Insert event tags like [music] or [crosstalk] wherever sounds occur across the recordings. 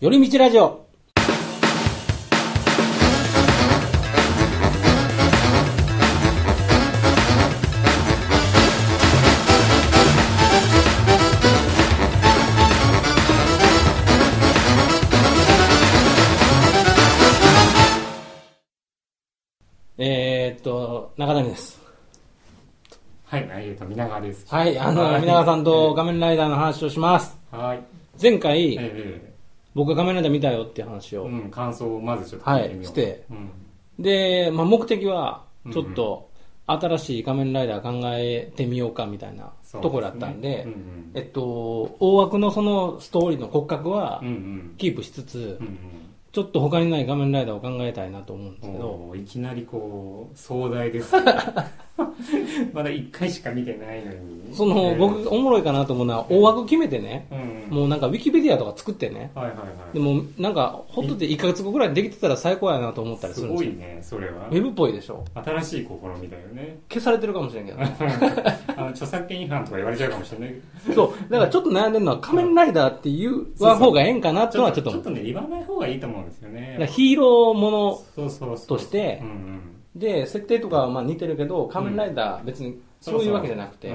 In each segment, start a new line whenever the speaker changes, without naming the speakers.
寄り道ラジオえー、っと、中谷です。
はい、えーと、皆川です。
はい、あの、皆川さんと仮面ライダーの話をします。
はい。
前
えー
回、
え
僕が仮面ライダー見たよっていう話
ー
を。
うん、感想をまずちょっと聞いてみよう。
はいして
うん。
で、まあ、目的は、ちょっと、新しい仮面ライダー考えてみようかみたいな
そうですね
ところだったんで、
うんうん
えっと、大枠のそのストーリーの骨格は
うんうん。
キープしつつ
う、ん
ちょっと他にない仮面ライダーを考えたいなと思うんです
う
け
ん。
ど、
おーいきなりこう、壮大です
[laughs]
ね。まだ一回しか見てないのに。
その、
えー、
僕、おもろいかなと思うのは、大枠決めてね、
うんうん。
もうなんかウィキペディアとか作ってね、
はいはいはい。
でもなんか、ほっといて1ヶ月後ぐらいにできてたら最高やなと思ったりす
す
るんで
ご
すよ。
いね、それは
ウ。ェブっぽいでしょ
新しい試みだよ
[laughs]
ね。
消されてるかもしれんけどね
あの著作権違反とか言われちゃうかもしれないけど。 [laughs]
そうだからちょっと悩んでるのは仮面ライダーって言わん方がええんかなってのはちょっと
ち
思
ょっ
う
とね、言わない方がいいと思うんですよね
だから。ヒーローもの
そうそうそ
と
う。
して
うんうん。
で設定とかはまあ似てるけど仮面ライダー別にそういうわけじゃなくて、
うん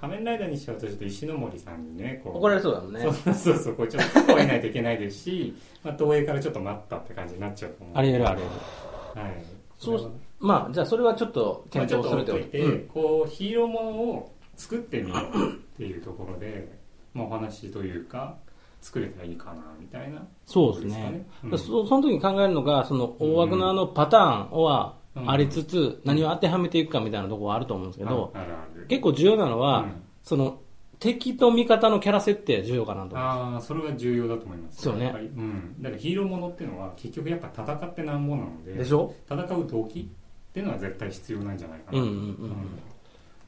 仮面ライダーにしようとすると石ノ森さんにねこう
怒られそうだもんね
そうそうそうこうちょっと超えないといけないです
[laughs]
し、まあ、東映からちょっと待ったって感じになっちゃうと思う
あり得るあり
得るはい
そ
こ
うまあじゃあそれはちょっと
れは
検
まあちょっ
討
と
する
置
っ
い
てこと
といて、
うん
こうヒーローものを作ってみようっていうところで、まあ、お話というか作れたらいいかなみたいな
そうですね
うん
だからそその時に考えるのがその大枠のあのパターンは
うん
ありつつ、何を当てはめていくかみたいなところはあると思うんですけど、
ああるある
結構重要なのは、
うん
その敵と味方のキャラ設定重要かなと思う
ああそれは重要だと思います
そうね
やっぱりうん、だからヒーローものっていうのは結局やっぱ戦ってなんぼなので
でしょ
戦う動機っていうのは絶対必要なんじゃないか
う
な、
んうん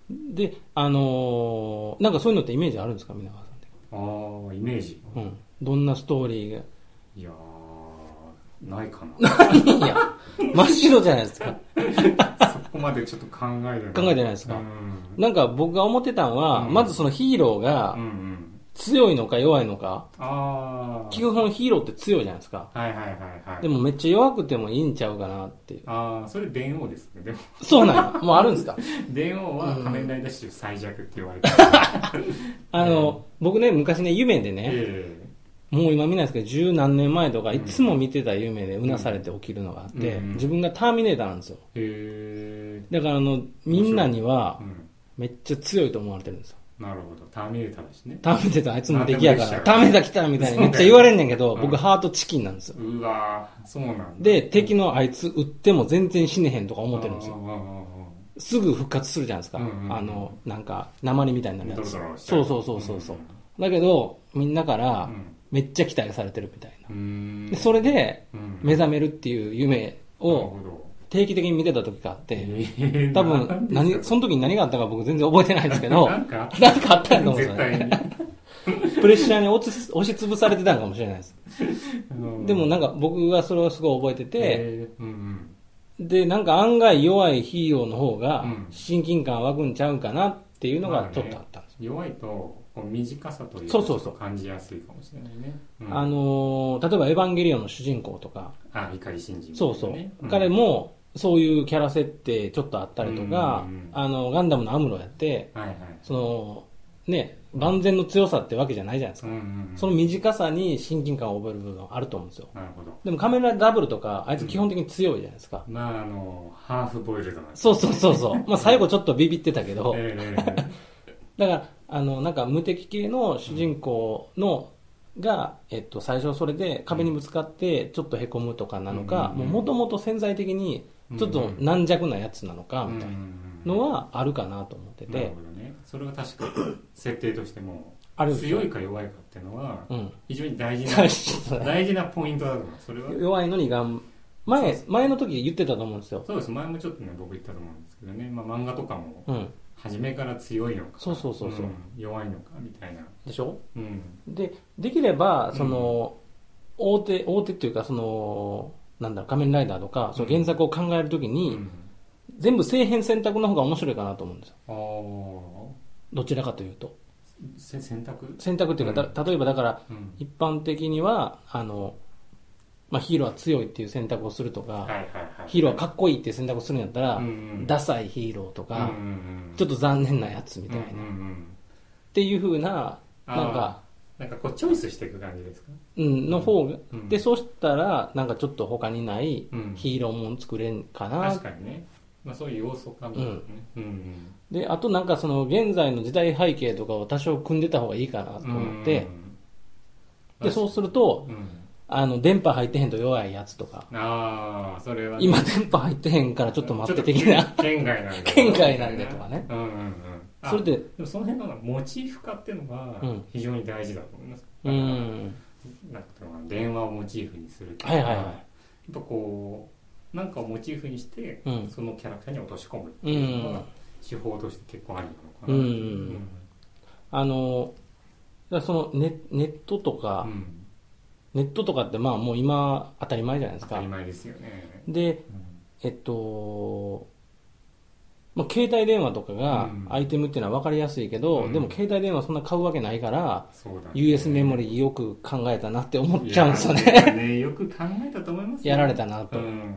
うん、で、あのーなんかそういうのってイメージあるんですか、皆川さんって。
うんああイメージ
うん。どんなストーリー
いやーないか
[laughs]
な
が。いや、真っ白じゃないですか。
そこまでちょっと考えてない
考えてないですか
うん
なんか僕が思ってたんは、
うん
まずそのヒーローが
うんうん
強いのか弱いのか、
あ
基本ヒーローって強いじゃないですか。
あはいはいはいはい
でもめっちゃ弱くてもいいんちゃうかなっていう。
ああそれ電王ですねでも
そうなん
[laughs]
や。もうあるんですか。
電王は仮面ライダー史上最弱って言われてる、
あの、僕ね、昔ね、夢でね、
え
もう今見ないですけど、十何年前とか、いつも見てた夢でうなされて起きるのがあって、
うん
自分がターミネーターなんですよ。
えへえ
だからあの、みんなには
う、ん
めっちゃ強いと思われてるんですよ。
なるほどターミネーターだしね
ターメてたあいつも敵やから、
あでもできちゃう
ターメた来たみたいにめっちゃ
そうだよね
言われんねんけど、
うん
僕ハートチキンなんですよ。
うわーそうなんだ
で、敵のあいつ撃っても全然死ねへんとか思ってるんですよ。
よ
すぐ復活するじゃないですか。
うんうんうん
あの、なんか、鉛みたいになるやつ。
ドロドロして
そうそうそうそうそう。だけど、みんなから
うん、
めっちゃ期待されてるみたいな。
うーん
でそれで、
うん
目覚めるっていう夢を
なるほど
定期的に見てた時があっ
え
て、
ー
多
なん
分、
ですか
何、その時に何があったか僕全然覚えてないんですけど、
[laughs] なんかあ
[laughs]
っ
なんかあったんやと思うんですよ
絶
ね。
対に。
プレッシャーに落ち押しつぶされてたのかもしれないです。 [laughs] でもなん
か、
か僕がそれをすごい覚えてて、
えーうんうん
で、なんか案外弱いヒーローの方が
うん
親近感湧くんちゃうんかなっていうのがちょっとあったんです。
弱いと、こう短さというか
そうそうそう
ちょっと感じやすいかもしれないね。うん
あのー例えばエヴァンゲリオンの主人公とか、
あ、怒り信じ、
そうそう、
ん
彼、もそういうキャラ設定ちょっとあったりとか、
うんうんうん
あの、ガンダムのアムロやって、
はいはい。
その、ね、万全の強さってわけじゃないじゃないです
う
か。
んうんうん
その短さに親近感を覚える部分あると思うんですよ。
なるほど。
でもカメラダブルとか、あいつ基本的に強いじゃないですか。
まあ、あの、ハーフボイルドなんです
そうそうそうそう。まあ最後ちょっとビビってたけ
[laughs]
ど、
えー
[laughs]
えーえー
だから、あの、なんか無敵系の主人公の、が、えっと、最初それで壁にぶつかってちょっとへこむとかなのか、
うんうんうん
もともと潜在的にちょっと軟弱なやつなのか、みたいなのはあるかなと思って
なる
て
ほ、どね。それは確か
[laughs]
に設定としても、
あるんですよ
強いか弱いかっていうのは
う、ん。 [laughs]
非常に大事
大
な、
事だね
[laughs] 大事なポイントだと思う。それは。
弱いのにがん、前、前の時言ってたと思うんですよ。
そうです。前もちょっとね、僕言ったと思うんですけどね。まあ漫画とかも、
うん。
初めから強いのか。
そうそうそうそう。
ん弱いのか、みたいな。
でしょ
うん。
で、できれば、
うん
その、大手、大手っていうか、その、なんだろう、仮面ライダーとか、その原作を考えるとき
う
に、
ん
全部正変選択の方が面白いかなと思うんですよ。
ああ。
どちらかというと。
せ選択
選択っていうか、だ例えばだから、
うん
一般的には、あの、まあ、ヒーローは強いっていう選択をするとか、
はいはいはい
ヒーローはかっこいいっていう選択をするんやったら、
うんうん
ダサいヒーローとか、
うんうんうん
ちょっと残念なやつみたいな、
うん
っ
うんうん
ていう風な、
あー
なんか、
なんかこうチョイスしていく感じですか
うん、の方が、
うん
で、そうしたら、なんかちょっと他にない
うん
ヒーローもん作れんかな、
確かにね、まあ、そういう要素かもね、うんうん
で、あとなんかその現在の時代背景とかを多少組んでた方がいいかなと思って、で、そううすると
ん、、うん、
あの、電波入ってへんと弱いやつとか、
ああそれはね、
今電波入ってへんからちょっと待って的
ちょ
な
っ。と県外なんで
県外なんでとかね
うんうんうんあ
それで
もその辺のモチーフ化っていうのが
うん
非常に大事だと思います、
う
だから
ん。
なんか電話をモチーフにするってう
はい
の
はいはい
やっぱこうなんかをモチーフにして、
うん
そのキャラクターに落とし込むっていうのが手法として結構ありなのかな
うんあの、だからそのネネットとか、
うんうん
ネットとかってまあもう今当たり前じゃないです
当
か
たり。前ですよね
で、えっと、まあ、携帯電話とかが
うん
アイテムっていうのは分かりやすいけど、
うん
でも携帯電話そんな買うわけないから、
そうだね
US メモ
リ
リーよく考えたなって思っちゃうんですよね。
ねよく考えたと思います
[laughs]
よ
やられたな
う
と。
ん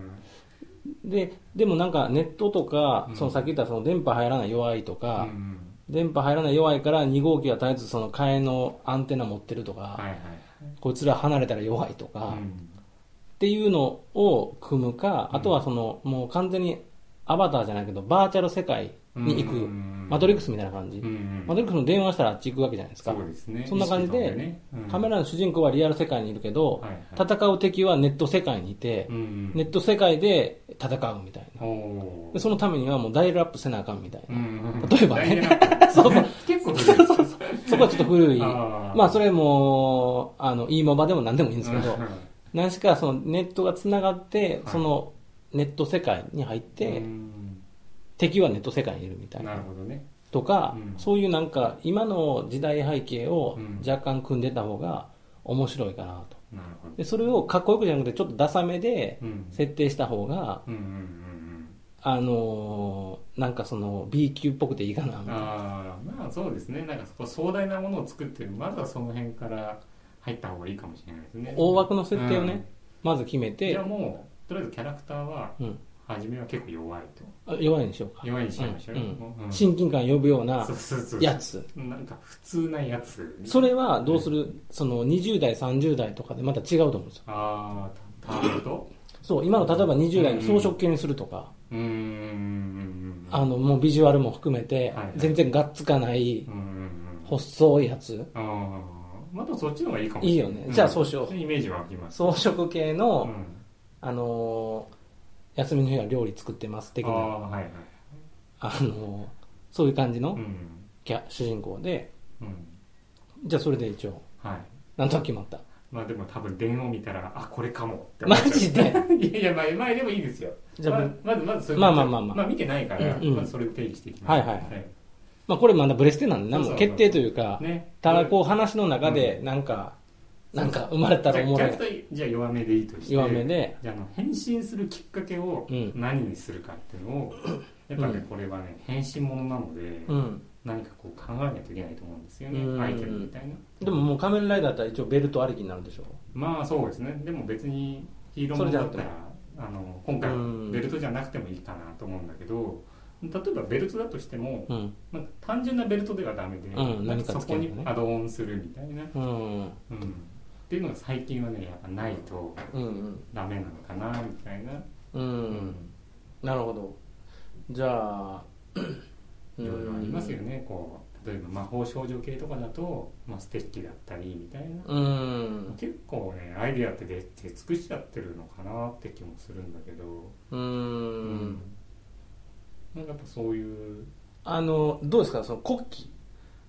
で、でもなんかネットとか、
うん
そのさっき言ったその電波入らない弱いと
う
か、
ん
電波入らない弱いから2号機は絶えずその替えのアンテナ持ってるとか、
はいはい
こいつら離れたら弱いとか、
う
っ
ん
ていうのを組むか、
うん
あとはその、もう完全にアバターじゃないけど、バーチャル世界に行く、
うん
マトリックスみたいな感じ。
うん
マトリックスの電話したらあっち行くわけじゃないですか。
そうですね
そんな感じで
意識とかねうん
カメラの主人公はリアル世界にいるけど、
はいはい
戦う敵はネット世界にいて、
うんうん
ネット世界で戦うみたいな。
お
で
ー
そのためにはもうダイヤルアップせなあかんみたいな。
うん
例えばね
ダイヤルアッ
[laughs]
プ
そう
結構古いですね
そこはちょっと古い。
あー
まあそれも、あの、いいままでも何でもいいんですけど、
うん
何しかそのネットがつながって、
はい
そのネット世界に入って、
うん
敵はネット世界にいるみたいな
なるほどね
とか、
うん
そういうなんか今の時代背景を
うん
若干組んでた方が面白いかなと
なるほど
でそれをかっこよくじゃなくてちょっとダサめで
うん
設定した方が、
うんうんうん
あのーなんかその B 級っぽくていいかなみ
うん
たいな
ああまあそうですねなんかそこ壮大なものを作ってるまずはその辺から入った方がいいかもしれないですね
大枠の設定をね、まず決め
うんじ
て
ゃあ、もうとりあえずキャラクターは
うん、
初めは結構弱いと
あ弱いにしようか
弱いにしましょう
う
よ
ん
うん
親近感呼ぶような
そうそうそう
やつ
なんか普通なやつ
それはどうするその20代30代とかでまた違うと思うんですよ
ああなるほど
そう今の例えば20代の装飾系にするとか、
うーん
あのもうビジュアルも含めて
はいはい
全然がっつかない
うんうんうん
細いやつ
ああまだそっちの方がいいかもしれない
いいよねじゃあそうしようん
イメージは湧きます
装飾系
う
の、
ん
あのー休みの日は料理作ってます的
あ
な
あはいはい
あのーそういう感じ
う
の
ん
キャ主人公で
うん
じゃあそれで一応
はい
なんとなく決まった
まあでも多分電話を見たらあこれかもって思
マ
っちゃう
ジで
[laughs] いやいやまあまあでもいいですよ
じゃあ、
ま
ま
あまずまずそれ
まあまあまあまあ
まあ見てないから
うんうん
まずそれを定義していきます
はいはいはいあ、これまだブレステなんでな
そう
も
そうう
決定というか
ね
ただこう話の中でなんか、なんか生まれたらおもろい
じゃあじゃあ弱めでいいとして
弱めで
じゃああの変身するきっかけを
うん
何にするかっていうのを、やっぱ
う
ね
ん
これはね変身ものなので、
うん
何かこう考えないといけないと思うんですよね、
うん
アイテムみたいな
でももう仮面ライダーだったら一応ベルトありきになるでしょ
まあそうですねでも別にヒーローものだったらあの今回
うん
ベルトじゃなくてもいいかなと思うんだけど例えばベルトだとしても、
うん
なんか単純なベルトではダメで、
うん
なん
何
か
か
そ
つけ
こ
るのね
にアドオンするみたいな、
うん
うん、っていうのが最近はねやっぱないと
うん
ダメなのかなみたいな、
うん、うん、なるほどじゃ [coughs] あ
いろいろありますよねこう例えば魔法少女系とかだと、まあ、ステッキだったりみたいな、
うん
結構ねアイデアって出出尽くしちゃってるのかなって気もするんだけど、
う
うんなんかやっぱそういう
あのどうですかその国旗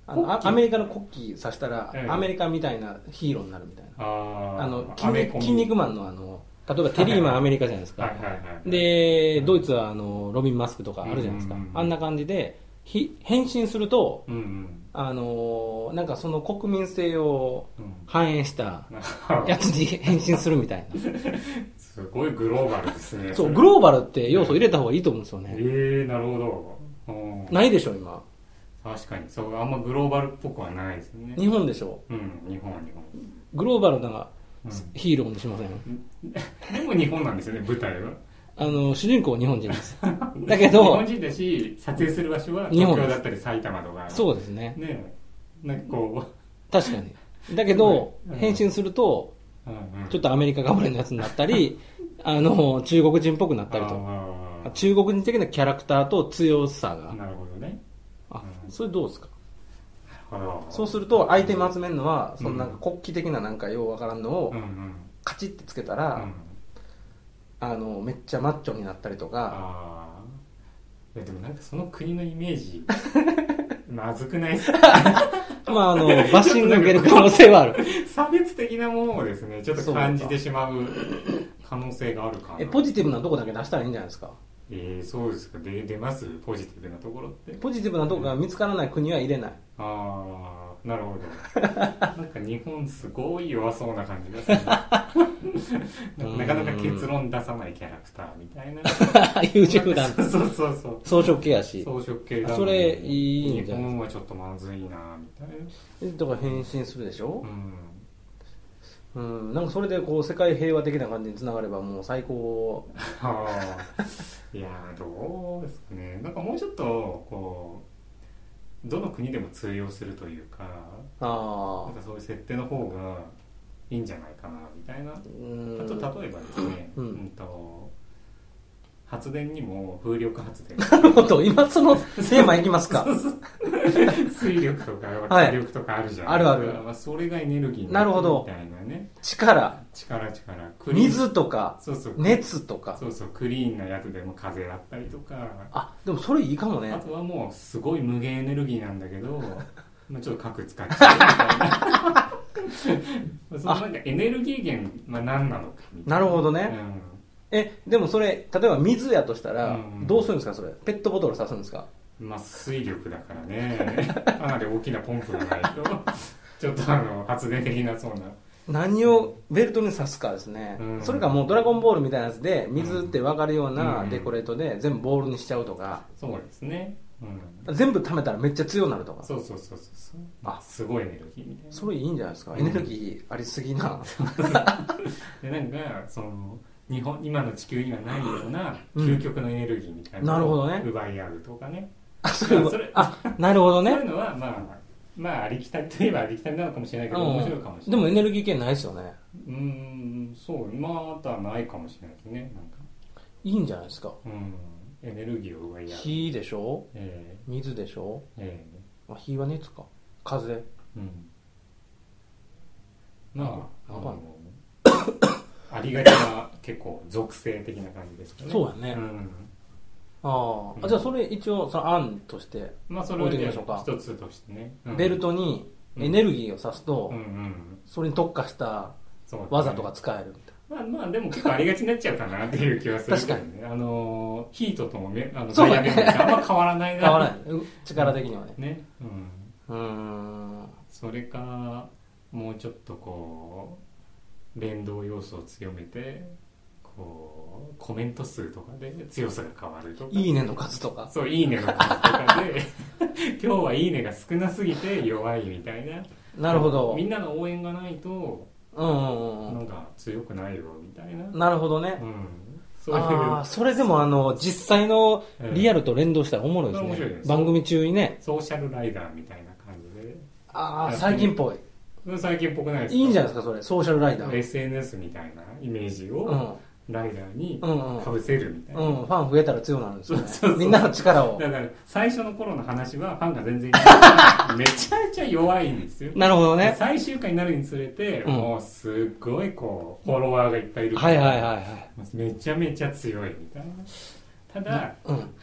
あのあ
国旗
アメリカの国旗さしたら、
ええ
アメリカみたいなヒーローになるみたいな
あー
あの
アメコミ
筋肉マンのあの例えばテリーマンアメリカじゃないですか、
はいはいはい
でドイツはあのロビン・マスクとかあるじゃないですか、
うんうんうん
あんな感じでひ変身すると
うんうん
あのなんかその国民性を
うん
反映したやつに変身するみたい
すごいグローバルですね
なそう
れ
グローバルって要素入れた方がいいと思うんですよ
え
ね
ー、なるほど、うん
ないでしょ今
確かにそうあんまグローバルっぽくはないですね
日本でしょ
うん日本は日本、
グローバルな
う
ヒーローにしません
ん、でも日本なんですよね舞台は
あの主人公日本人です [laughs] だけど
日本人だし撮影する場所は東京だったり埼玉とか
そうですね
ねえなんかこ
確かにだけど
うん
変身すると
う、うんうん、
ちょっ
と
とアメリカかぶれのやつになったりあの中国人っぽくなったりと
あ
中国人的なキャラクターと強さ
あ
が
なるほどね
あ
うん
それどうですか
あら
そうするとアイテム集めるのは
うん
そのなんか国旗的ななんかようわからんのを
うんうん
カチッてつけた
う
ら
ん
あのめっちゃマッチョになったりとか
ああでもなんかその国のイメージ [laughs] まずくない [laughs] ですか
まああのバッシング受ける可能性はある
[laughs] 差別的なものをですねちょっと感じてしまう可能性があるかな
えポジティブなとこだけ出したらいいんじゃないですか
えー、そうですかで出ますポジティブなところって
ポジティブなとこが見つからない国は入れない [laughs]
ああなるほどなんか日本すごい弱そうな感じがする
[laughs]
なかなか結論出さないキャラクターみた
[laughs]
いな
YouTube だ
そうそうそうそ
装
う
飾系やし
装飾系だ
あそれいいんじ
日
ゃない
本はちょっとまずいなみたいな
とか変身するでしょ
う、
う
ん
ん、なんかそれでこう世界平和的な感じにつながればもう最高
あ
[laughs]
ーいやーどうですかねなんかもうちょっとこうどの国でも通用するというかな
あ
んかそういう設定の方がいいんじゃないかなみたいな
あうん
あと例えばですね、
う
うんんと発電にも風力発電
なるほど今そのテーマいきますか
[laughs] 水力とか
はい
火力とかあるじゃない
あるある
まあ、それがエネルギーに
な
な
る
る
ほど
みたいなね
力
力力クリーン
水とか
そうそう
熱とか
そうそうクリーンなやつでも風だったりとか
あでもそれいいかも
あ
ね
とはもうすごい無限エネルギーなんだ
[laughs]
けどまあちょっと核使っちゃ [laughs] うみたいなそのなんかエネルギー源は何なのかみたい
なるほどね、えでもそれ例えば水やとしたら
うん
どうするんですかそれペットボトル刺すんですか
うん、まあ水力だからね [laughs] かなり大きなポンプがないと [laughs] ちょっとあの発電的なそうな
何をベルトに刺すかですね、
うん
それかもうドラゴンボールみたいなやつで水って分かるような
うん
デコレートで全部ボールにしちゃうとか
そうですね、うん、
全部溜めたらめっちゃ強くなるとか
そうそうそうそうそう
あ
すごいエネルギーみたいな
それいいんじゃないですか、
うん
エネルギーありすぎな
でなんかその日本今の地球にはないような
うん
究極のエネルギーみたいなを
なるほどね
奪い合うとかね
あそれ
いやそれ
あなるほど
そうい
ね
うのはまあまあありきたりといえばありきたりなのかもしれないけど、
うん
面白いかもしれ
で
ない
もエネルギー系ないですよね
うーんそうまああとはないかもしれないですねなんか
いいんじゃないですか
うんエネルギーを奪い合う
火でしょ
え
水でしょ
ええ
あ火は熱か風
えうんまああ
わかんない
のありがちな結構属性的な感じですかね
そうやね
ん
あーあ、
うん
じゃあそれ一応その案として
まあそれは
置い
ね
てみましょうか
一つとしてね、うん
ベルトにエネルギーを刺すと、
うんうん
それに特化した
そうですね
技とか使えるみたい
まあまあでも結構ありがちになっちゃうかなっていう気はするけど、ね、
確
かにあのヒートともめあの
そう
ダイ
だ
ヤ
ね
メントってあんま変わらない
な
な
変わらない [laughs] うん力的にはね
ねう
う
ん
ーん
それかもうちょっとこう連動要素を強めてこうコメント数とかで強さが変わるとか
いいねの数とか
そう「いいね」の数とか
[laughs]
で今日は「いいね」が少なすぎて弱いみたいな
なるほど
みんなの応援がないと
うんうんうん
なんか強くないよみたいな、
うんなるほどね
うん、そういう
ああそれでもあの実際のリア
ル
ルと連動したらおもろいです
面白い
ね
です
番組中にね
ソーシャルライダーみたいな感じで
ああ最近っぽい
うん最近っぽくないですか
いいんじゃないですかそれソーシャルライダー
SNS みたいなイメージ
う
を
ん
ライダーに
うんうん
かぶせるみたいな、
うんファン増えたら強くなるんですよね
そうそうそう
みんなの力を
だから最初の頃の話はファンが全然いな
[laughs]
いからめちゃめちゃ弱いんですよ、
なるほどね
最終回になるにつれて、
うん
もうすっごいこうフォロワーがいっぱいいる
はいはいはいはい
いめちゃめちゃ強いみたいなただ、
うん
[laughs]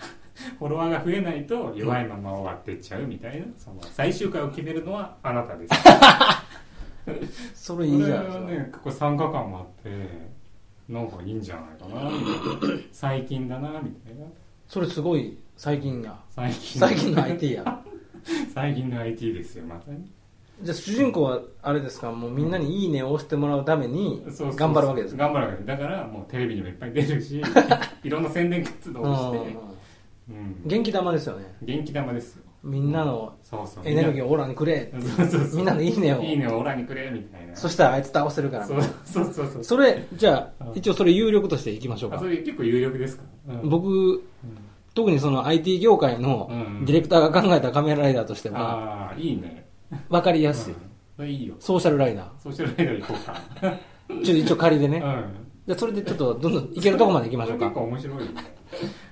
フォロワーが増えないと弱いまま終わってっちゃうみたいな、その最終回を決めるのはあなたです
[laughs] それいいじゃないで
これ
す
はね結構参加感もあってなんかいいんじゃないかなみた
[laughs]
いな最近だなみたいな
かそれすごい最近や
最近
最近の IT や
最近の IT ですよまさに
じゃあ主人公はあれですかもうみんなに「いいね」を押してもらうために
そうそうそう
頑張るわけですか
頑張るわけですだからもうテレビにもいっぱい出
[laughs]
るしいろんな宣伝活動をして、
うん
うん、
元気玉ですよね
元気玉ですよ
みんなの
そうそう
エネルギーをオーラにくれ
みんなそうそうそう
みんなのいいねを
いいねをオラにくれみたいな
そしたらあいつ倒せるから
そうそうそうそう
それじゃあ
うん
一応それ有力としていきましょう
あ
か
それ結構有力ですか、うん
僕
うん
特にその IT 業界の
うん
ディレクターが考えた仮面ライダーとしては
ああいいね
分かりやすい
うんそれいいよ
ソーシャルライダー
ソーシャルライダー行こうか
[laughs] ちょっと一応仮で
う
ね
ん
じゃあそれでちょっとどんどんいけるとこまでいきましょう
これ結構
か
面白いよね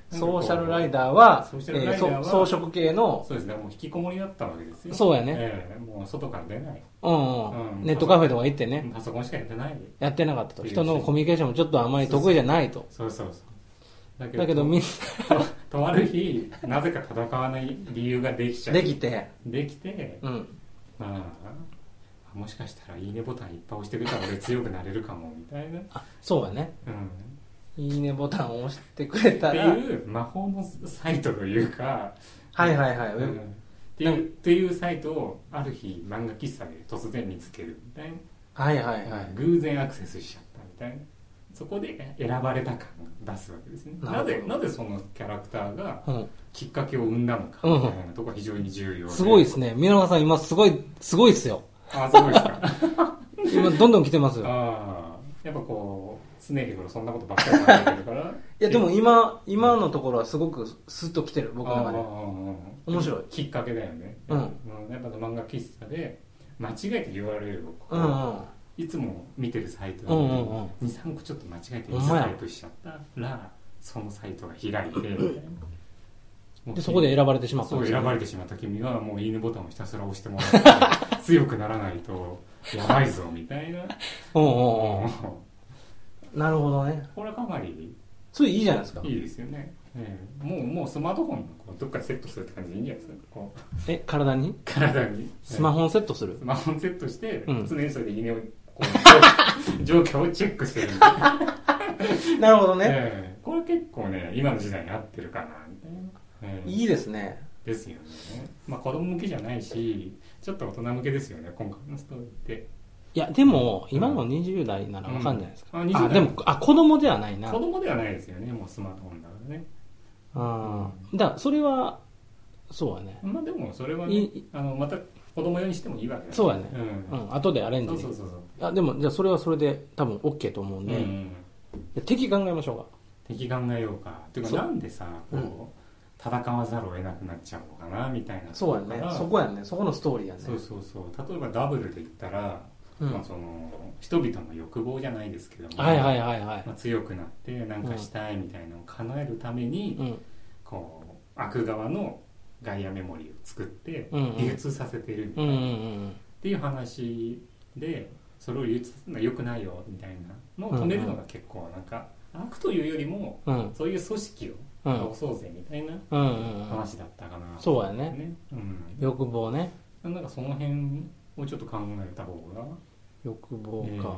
ソーシャルライ
ダー
ダーは
ソーシャル
え
ライダーは
ーそ装飾系の
そうですねもう引きこもりだったわけですよ
そうやね
ええもう外から出ない、
うん
う
うんんネットカフェとか行ってね
パソコンしかやってない
やってなかったと
うん
人のコミュニケーションもちょっとあまり得意じゃないと
そうそうそうだ
だけどみん
ととある日なぜか戦わない理由ができち
な
ゃう
できて
できて、
うん
まあもしかしたら「いいね」ボタンいっぱい押してくれたら俺強くなれるかもみたいな、
あそうやね
うん、
いいねボタンを押してくれ
ったて
ら
いう魔法のサイトというか、
はいはいはい、
うんっていうっていうサイトをある日漫画喫茶で突然見つけるみたいな
はいはいはい
偶然アクセスしちゃったみたいなそこで選ばれた感を出すわけですね
な
な
るほど
ぜなぜそのキャラクターが
うん、
きっかけを生んだのかみたいなとこが非常に重要
すごいです
ね
ね。皆川さん今すごい、すごいっすよ。
あすごいですか
今どんどん来てますよ。
あーやっぱこう常日頃そんなことばっかり考えてるから
いやでも今、今のところはすごくスッと来てる、僕の中
あ
で。
ー
面白い
きっかけだよね、
うん
やっぱ漫画喫茶で間違えて URL をこう
うんうん。
いつも見てるサイト
うんうん
に23個ちょっと間違えて
ほ
ミ
ん
ス
まや
タイプしちゃったらそのサイトが開いてみたいなもう
で、そこで選ばれてしまったん
そ
で
う
すよ
選ばれてしまった君はもういいねボタンをひたすら押してもら
[laughs]
って強くならないとやばいぞみたいな
うんうんう
こ
ん。なるほどね。
れはかなり
それいいじゃないですか。
いいですよね、ええもうもうスマートフォンのこうどっかにセットするって感じでいいんじゃないですかこう
え、体に
体に
スマ
ホ
ホをセットする
ス。マホにセットして、
うん
常にそれでいいねをこう状況をチェックしてるみたい
[laughs]
な
なるほどね。
ええこれ結構ね今の時代に合ってるかなみたいな、ええ
いいですね。
ですよねまあ子供向けじゃないしちょっと大人向けですよね今回のストーリーって
いや、でも、今の20代ならわかんじゃないですか。
うんあ20代
あ、でも、あ、子供ではないな。
子供ではないですよねもうスマートフォンだからね
うん。だから、それは、そうやね。
まあでもそれはね
いい
あのまた子供用にしてもいいわけだ
そうやねう
うん
ん、後でアレンジ
そう
でき
そ
る
うそうそう
あでもじゃあそれはそれで多分 OK と思うん
う
で、
んう
い
ん
や敵考えましょうか
敵考えようかっていうか
そう
なんでさこう、
うん
戦わざるを得なくなっちゃうのかなみたいな
そうやね
から
そこやねそこのストーリーやね
そうそうそう例えばダブルで言ったら、
うん
まあ、その人々の欲望じゃないですけども、
はいはいはいはい
まあ、強くなってなんかしたいみたいなのを叶えるために、
うん
こう悪側のガイアメモリーを作って
うんうん
流通させてるみた
う
い
ん
な、
うんう
っ
ん
ていう話でそれを流通させるのは良くないよみたいなのを止めるのが結構なんか、悪というよりも
うんうん
そういう組織
う
を
ん
倒そうぜみたいな
うんうんうん
話だったかな、
そうやね
ね、うん、
欲望ね
なんかその辺をちょっと考えた方が
欲望
えー
か、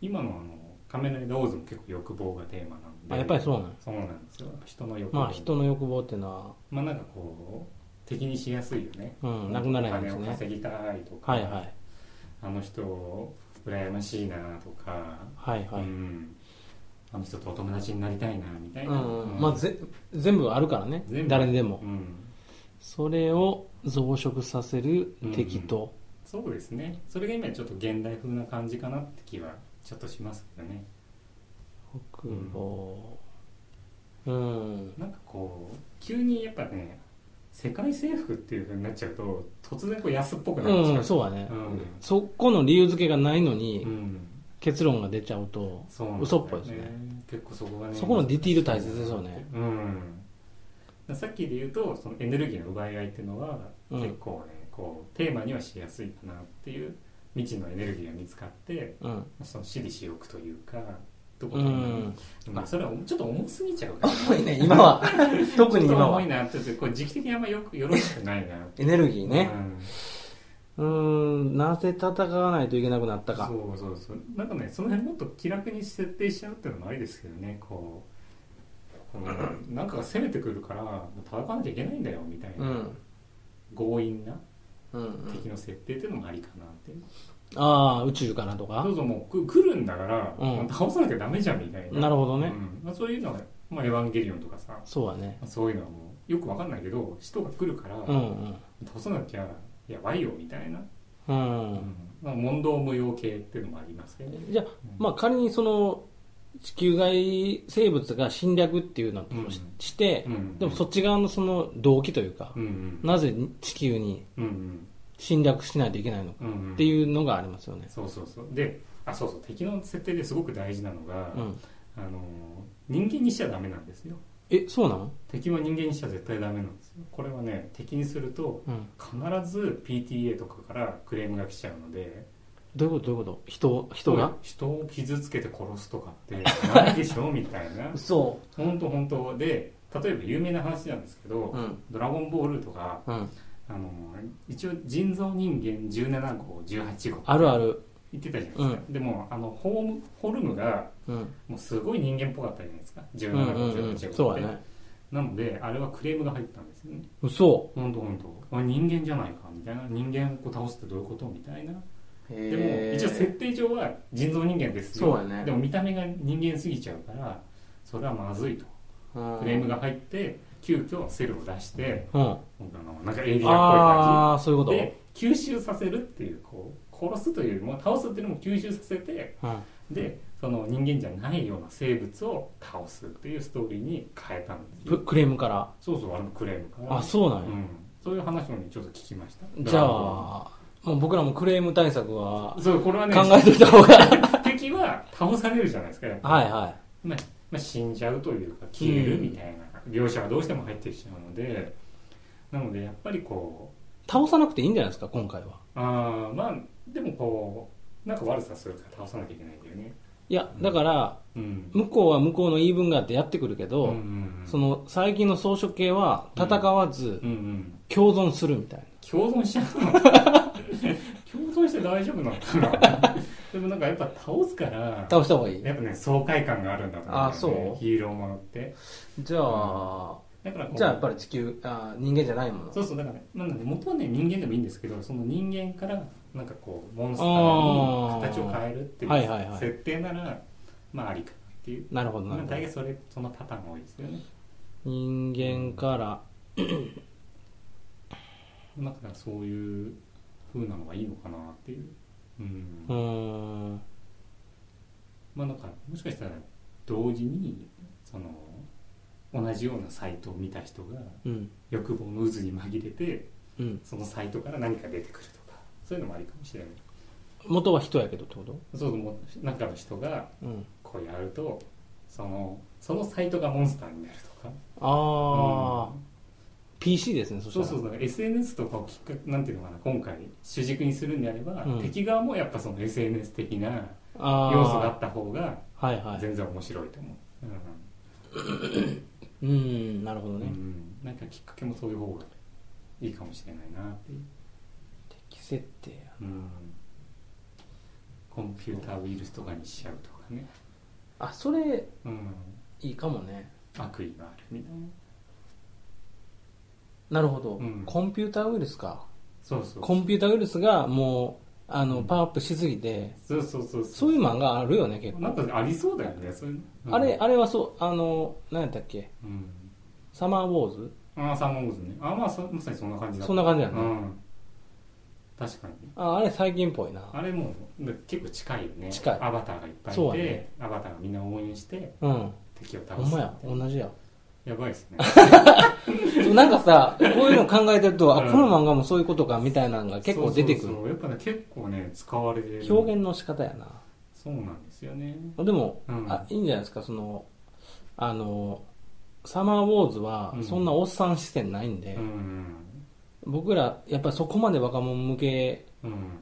今のあの「仮面ライダーオーズ」も結構欲望がテーマなんで
あやっぱりそうなん
そうなんですよ人の欲望
まあ人の欲望っての
まあなんかこう敵にしやすいよね
はうんなくならないです
お金を
ね
稼ぎたいとか、
はいはい
あの人羨ましいなとか、
はいはい、う
うんん、あの人とお友達になりたいなみたいな、
うんまあ、ぜ全部あるからね
全部
誰にで
う
も
ん、
それを増殖させる敵と、
そうですねそれが今ちょっと現代風な感じかなって気はちょっとしますけどね
欲望うん
なんかこう急にやっぱね世界征服っていう風になっちゃうと突然こう安っぽくなっ
うん、
ちゃう、
そうだね、
うん
そこの理由付けがないのに、
うん
結論が出ちゃうと
そうなんだよ
嘘っぽいですね
結構そこがね
そこのディティール大切ですよね
うんさっきで言うとそのエネルギーの奪い合いっていうのは
うん
結構ね、こうテーマにはしやすいかなっていう未知のエネルギーが見つかって
うん
その私利私欲というかとこ
う
と
ん
まあそれはちょっと重すぎちゃうから
[laughs] 重いね [laughs] 今は特に
ちょっと
今
重
はい
なちょっとこう時期的にあんまよくよろしくないな
エネルギーね
うん
うーんなぜ戦わないといけなくなったか
そうそうそうなんかねその辺もっと気楽に設定しちゃうっていうのもありですけどねこうこ
[laughs]
のなんかが攻めてくるから戦わなきゃいけないんだよみたいな、
うん
強引な
うんう
敵
ん
の設定っていうのもありかなって、
ああ宇宙かなと
ど
か
うぞもうく来るんだから、
うん
倒さなきゃダメじゃんみたいな
なるほど
ほ
ね、
まあ、そういうのが、まあ、エヴァンゲリオンとかさ
そうだね
そういうのはもよくわかんないけど人が来るから、
うん
通さなきゃやばいよみたいな、
うん
う
うんん
まあ、問答無用系っていうのもありますけどね、
じゃあ、まあ、仮にその地球外生物が侵略っていうのをし,、
うん
て、
うん
でもそっち側のその動機というか、
うんうん
なぜ地球に
うん
侵略しないといけないのか
うんうんうん
っていうのがありますよね。
そうそうそうであそうそう敵の設定ですごく大事なのが、
うん、
あの人間にしちゃダメなんですよ
え、そうなの、
敵は人間にしちゃ絶対ダメなんですよこれはね敵にすると
うん、
必ず PTA とかからクレームが来ちゃうので
どういうことどういうこと人人が
人を傷つけて殺すとかって
[laughs]
ないでしょみたいな
そ
本当本当で例えば有名な話なんですけど「
うん。
ドラゴンボール」とか
うん。
あの一応人造人間17号18号
あるある。
言ってたじゃないですか、でもあのホームフォルムが
うん。
もうすごい人間っぽかったじゃないですか
う
17
んうん
号
うん。
18
そ
号っ
う
て、
だね。
なのであれはクレームが入ったんですよね
嘘。
本当本当あ人間じゃないかみたいな人間を倒すってどういうことみたいなでも一応設定上は人造人間ですよ
そうやね
でも見た目が人間すぎちゃうからそれはまずいとクレームが入って急遽セルを出して
うん。あ
本当あのなんかエイリアンっぽい感
あー、そういう
じ
こと
で吸収させるっていうこう殺すというよりも倒すっていうのも吸収させて
うん。
でその人間じゃないような生物を倒すっていうストーリーに変えたんですよ
プクレームから。
そうそうあれもクレームから
あ、そうなんや。
うん、そういう話もねちょっと聞きました
じゃあ、もう僕らもクレーム対策は
そうこれはね
考えといた方が。
敵は倒されるじゃないですかやっぱり
はいは
まあまあ、死んじゃうというか消えるみたいな描写がどうしても入ってきちゃうのでなのでやっぱりこう
い。倒さなくていいんじゃないですか、今回は。
あーまあでもこうなんか悪さするから倒さなきゃいけないんだよね
いや、だから、
うん
向こうは向こうの言い分があってやってくるけ
う
ど、
んうんうん
その最近の草食系は戦わず
うんうん
共存するみたいな。
共存しちゃうの [laughs] 共存して大丈夫なのか
[laughs]
なでもなんかやっぱ倒すから
倒した方がいい。
やっぱね爽快感があるんだと思うんだよね
あそう
ヒーローものって
じゃあ、
だからこう
じゃあやっぱり地球、あー人間じゃないもの。
そうそうだから、ね、なんで元はね人間でもいいんですけどその人間からなんかこうモンスタ
あー
ーに形を変えるっていう
はいはいはい
設定ならまあありかなっていう、
なるほどな
まあ、
るほど
大。概それそのパターンが多いですよね
人間から、
だからそういう風なのがいいのかなっていううん、
うーん、
まあだからもしかしたら同時にその同じようなサイトを見た人が
うん、
欲望の渦に紛れて
うん。
そのサイトから何か出てくるとかそういうのもありかもしれない
元は人やけどってこと
そうそうもう中の人が
うん。
こうやるとそのそのサイトがモンスターになるとか
あー、
うん
PC ですね、そした
そう
ら。
そうそう SNS とかをきっかけなんていうのかな今回主軸にするんであれば、
うん
敵側もやっぱその SNS 的な
あー
要素があった方が
はいはい。
全然面白いと思う、
うん、なるほど
うん
ね。
うんなんかきっかけもそういう方がいいかもしれないなっていう、
適設定や。
うんコンピューターウイルスとかにしちゃうとかね、
あ、それ、
うん、
いいかもね。
悪意があるみたいな
なるほど、
うん
コンピューターウイルスか。
そうそう
コンピューターウイルスがもう、あの、
うん
パワーアップしすぎて、
そうそうそう
そういう漫画あるよね、結構。
なんかありそうだよねそういうの
あれ、あれはそう、あの、何やったっけ
うん
サマーウォーズ
ああサンゴーズねああまあそまさにそんな感じだ
そんな感じや
う
ね。
ん確かに
あ、あれ最近っぽいな。
あれもうだ結構近いよね
近い
アバターがいっぱいい
そう
て、
だね
アバターがみんな応援して
うん。
敵を倒す
ほんまや、同じや。
やばいですね
なんかさ、こういうの考えてると、
う
あ、
ん
この漫画もそういうことか、みたいなのが結構出てく
そう
る
そう。そうやっぱね結構ね使われてる
表現の仕方やな。
そうなんですよね
でも、
うん
あ、いいんじゃないですか、その、あの、サマーウォーズは
う、ん
そんなおっさん視線ないん
う
で、
ん
僕ら、やっぱりそこまで若者向け、
うん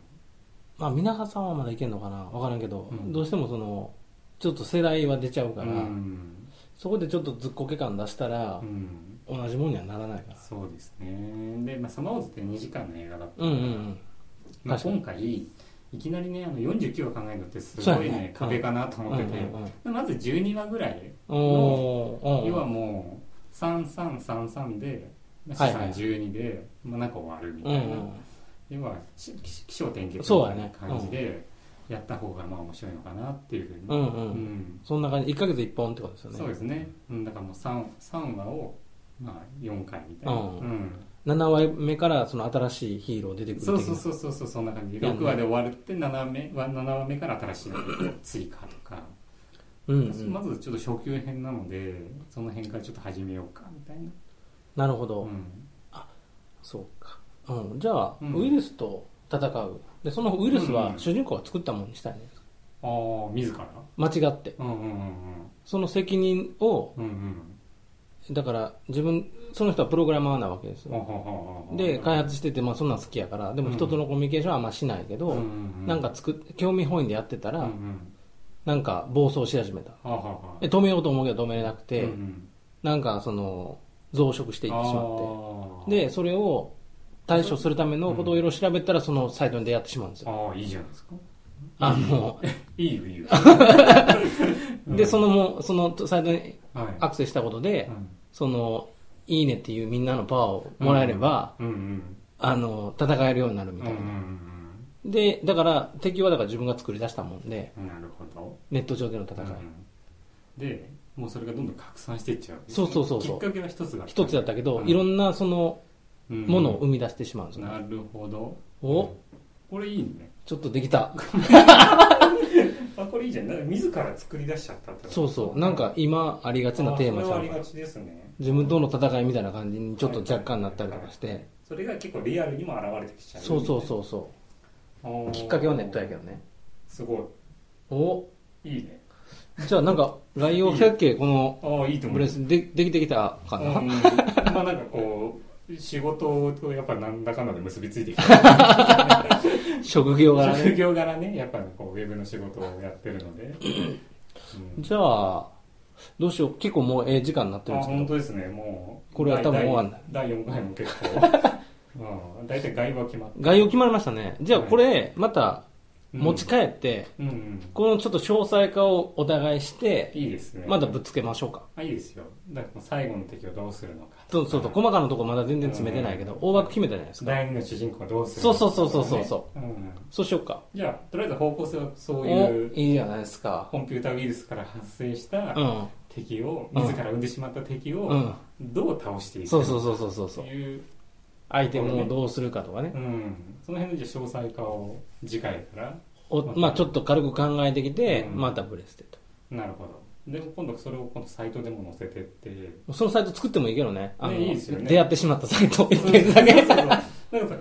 まあ、皆川さんはまだいけんのかなわからんけど、
うん
どうしてもその、ちょっと世代は出ちゃう
う
から、
ん、
そこでちょっとずっこけ感出したら
う、ん、
同じもんにはならないから。
そうですねで、まあ、サマーウォーズって2時間の映画だったか
うん
ら
うんうん。
まあ、
確か
今回いきなりねあの49話考えるのってす
そう
ご
や
いね
ね
壁かなと思ってて、
うんうんうん
まず12話ぐらい
おー、うん
要はもう3333で、まあ、
はい
資
はい
産12で、まあ、なんか終わるみた
う
い
んう
な、
ん。
要はし起起承転結み
そう
た
や
いな
ね
感じでやった方がまあ面白いのかなっていうふうに、
うんう
うん
ん。そんな感じ、1ヶ月1本ってことですよね。
そうですね、うん、だからもう 3, 3話をまあ、4回みたいな、
うん
うん
7話目からその新しいヒーロー出てくるってい
そうそう
う
そうそうそうそんな感じ
いや
6話で終わるって7話目は7話目から新しいのを追加とか、
うん、うん
まずちょっと初級編なのでその辺からちょっと始めようかみたいな、
なるほど、
うん
そうか、うん、じゃあ、
うん
ウイルスと戦うでそのウイルス
うん
は
うん
主人公が作ったものにしたいね
ああ自ら
間違って
うんうんうん
その責任を
うんうん
だから自分その人はプログラマーなわけです
うん
よ
ああ
で開発してて、まあ、そんなん好きやからでも人とのコミュニケーションはあんましないけど、
うんうんうん
なんか作っ興味本位でやってたら、
うんうん
なんか暴走し始めた
はあはあはあ
で止めようと思うけど止めれなくて、
うんうん
なんかその増殖していってしまって
ああ
でそれを対処するためのことをいろいろ調べたらそのサイトに出会ってしまうんですよ、
ああいいじゃないですか
あの
いいよいいよ
[laughs] でそのもうそのサイトに
はい
アクセスしたことで、
うん
そのいいねっていうみんなのパワーをもらえれば、
うんうん
あの戦えるようになるみ
うん
た
う
い
ん
な、でだから敵はだから自分が作り出したもんで
うんなるほど
ネット上での戦い、
でもうそれがどんどん拡散していっちゃう
そうそうそうそう
きっかけは一つだ
一つだったけど、いろんなそのものを生み出してしまうんですよ、
なるほど
お
これいいね
ちょっとできた
あこれいいじゃんだから自ら作り出しちゃったってこと
そうそうなんか今ありがちなテーマ
あ
じ
それ
ゃ
はありが
ん
ちですね
自分との戦いみたいな感じにちょっと若干なったりとかして、
それが結構リアルにも現れてきちゃう
そうそうそうそううきっかけはネットやけどね
すご
お
いいいね
じゃあなんか概要設計この
ああいいと思
ブ
い
レ
ま
スでできてきたかな、
うん、まあなんかこう仕事とやっぱなんだかんだで結びついてきて
職業柄
職
ね
業柄ねやっぱこうウェブの仕事をやってるので、うん
じゃあどうしよう結構もうええ時間になってるん
あ
ですけ
本
ど
当ですねもう
これは多分終わんない
第4回も結構うん大体外部は決まって
概要決まりましたねじゃあこれまた持ち帰って、
うん、うん
このちょっと詳細化をお互いして
いいですね
まだぶっつけましょうか
あいいですよだから最後の敵をどうするのか
そうそうそう細かなとこまだ全然詰めてないけど、大枠決めたじゃないですか
第二の主人公はどうするのか、
そうそうそうそうそう
ん、
そうしようか
じゃあとりあえず方向性はそうい
お
う
いいじゃないですか
コンピューターウイルスから発生した
うん
敵を、
うん
自ら生んでしまった敵
う
を
ん
どう倒していく
そうそう
う
そうそうそうそう
いう
相手もどうするかとかね、
うん、その辺のじゃあ詳細化を次回から
おまあ、ちょっと軽く考えてきて、
うん
またブレステと
なるほどで今度それを今度サイトでも載せてって
そのサイト作ってもいいけどねあの
ねいいですよね
出会ってしまったサイト
そう
一
そう
点だけ
そうなんかさ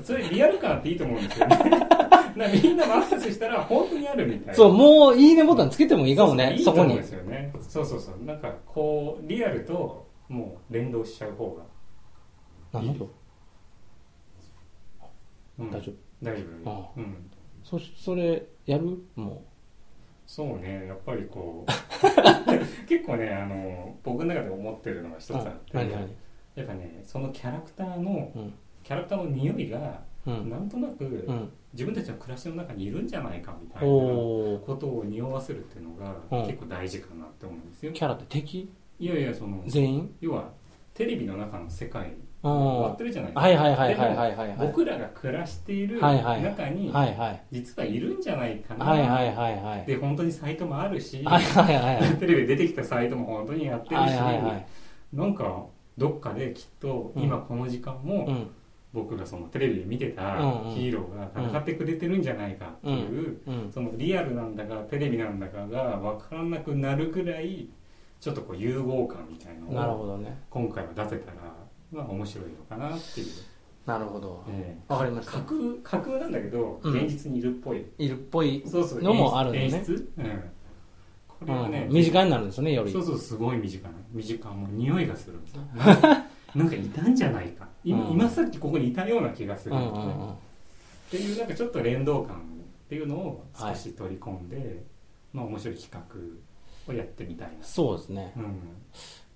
それリアル感あっていいと思うんですよ
[laughs]
ねなんかみんなもアクセスしたら本当にあるみたいな
そうもういいねボタンつけてもいいかもね
いい
そ
と
こ
思うん
に
ですよねそうそうそうなんかこうリアルともう連動しちゃう方
なるほど
が、うん
大丈夫
大丈夫
あ
うん
そそれやるも
そうねやっぱり
[laughs]
こう結構ねあの僕の中で思ってるのが一つ
う
あ
あ
って
何何
やっぱねそのキャラクターの
うん
キャラクターの匂いが
うん
なんとなく、
うん
自分たちの暮らしの中にいるんじゃないかみたいなこ
おー
とを匂わせるっていうの
うん
が結構大事かなって思うんですよ
キャラって敵
いやいやその
全員
要はテレビの中の世界
う
終
ん
わ
は
ってるじゃない
い
ですか
はいはいはいはいはいはい
でも
はい
僕らが暮らしている
はいはい
中に
はいはい
実はいるんじゃないかな、
はいはいはいはい
で本当にサイトもあるし、
はいはいはいはい
テレビで出てきたサイトも本当にやってるし、
はいはいはい
なんかどっかできっと今この時間も、
うん
僕がそのテレビで見てた
うんうん
ヒーローが戦ってくれてるんじゃないかっていう、
うん
そのリアルなんだかテレビなんだかが分からなくなるぐらいちょっとこう融合感みたいな
なる
のを
ほどね
今回は出せたら、まあ、面白いのかなっていう、
なるほど
ええ
わかりました
架空架空なんだけど
うん
現実にいるっぽい、
いるっぽい
そうそう
のもあるんだね
演出、うん、これはね、
うん身近になるんですねより
そうそうすごい身近な身近もう匂いがするんですよなんかいたんじゃないか今,、
うん
今さっきここにいたような気がす
う
る、
んうんうん
っていうなんかちょっと連動感っていうのを
は
少
い
し取り込んで、まあ面白い企画をやってみたいな、
そうですね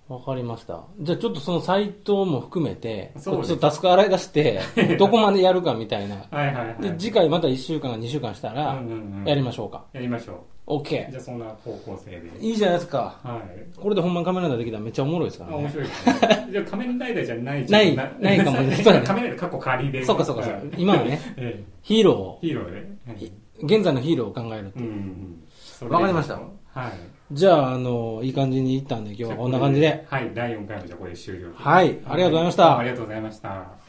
うん、
わかりましたじゃあちょっとそのサイトも含めて
そうです
ちょっとタスク洗い出して
[laughs]
どこまでやるかみたいな
はいはいはい
で次回また1週間か2週間したら
うんうんうん
やりましょうか
やりましょう
OK
じゃあそんな方向性で
いいじゃないですか
はい
これでほんまにカメラができたらめっちゃおもろいですか
あ
ら
面
ね
白いですねじゃあ仮面ライダーじゃない
ないないかもねそうだね
[laughs] 仮面ライダー過去仮で
そうかそうかそうか
ん
今はね
え
ヒーローを
えヒーローで、はい
現在のヒーローを考える
うんうんそれで
わかりました
ははい
じゃあ、あの、いい感じにいったんで、今日はこんな感じで。
はい第4回もじゃあこれで終了
はいありがとうございました
ありがとうございました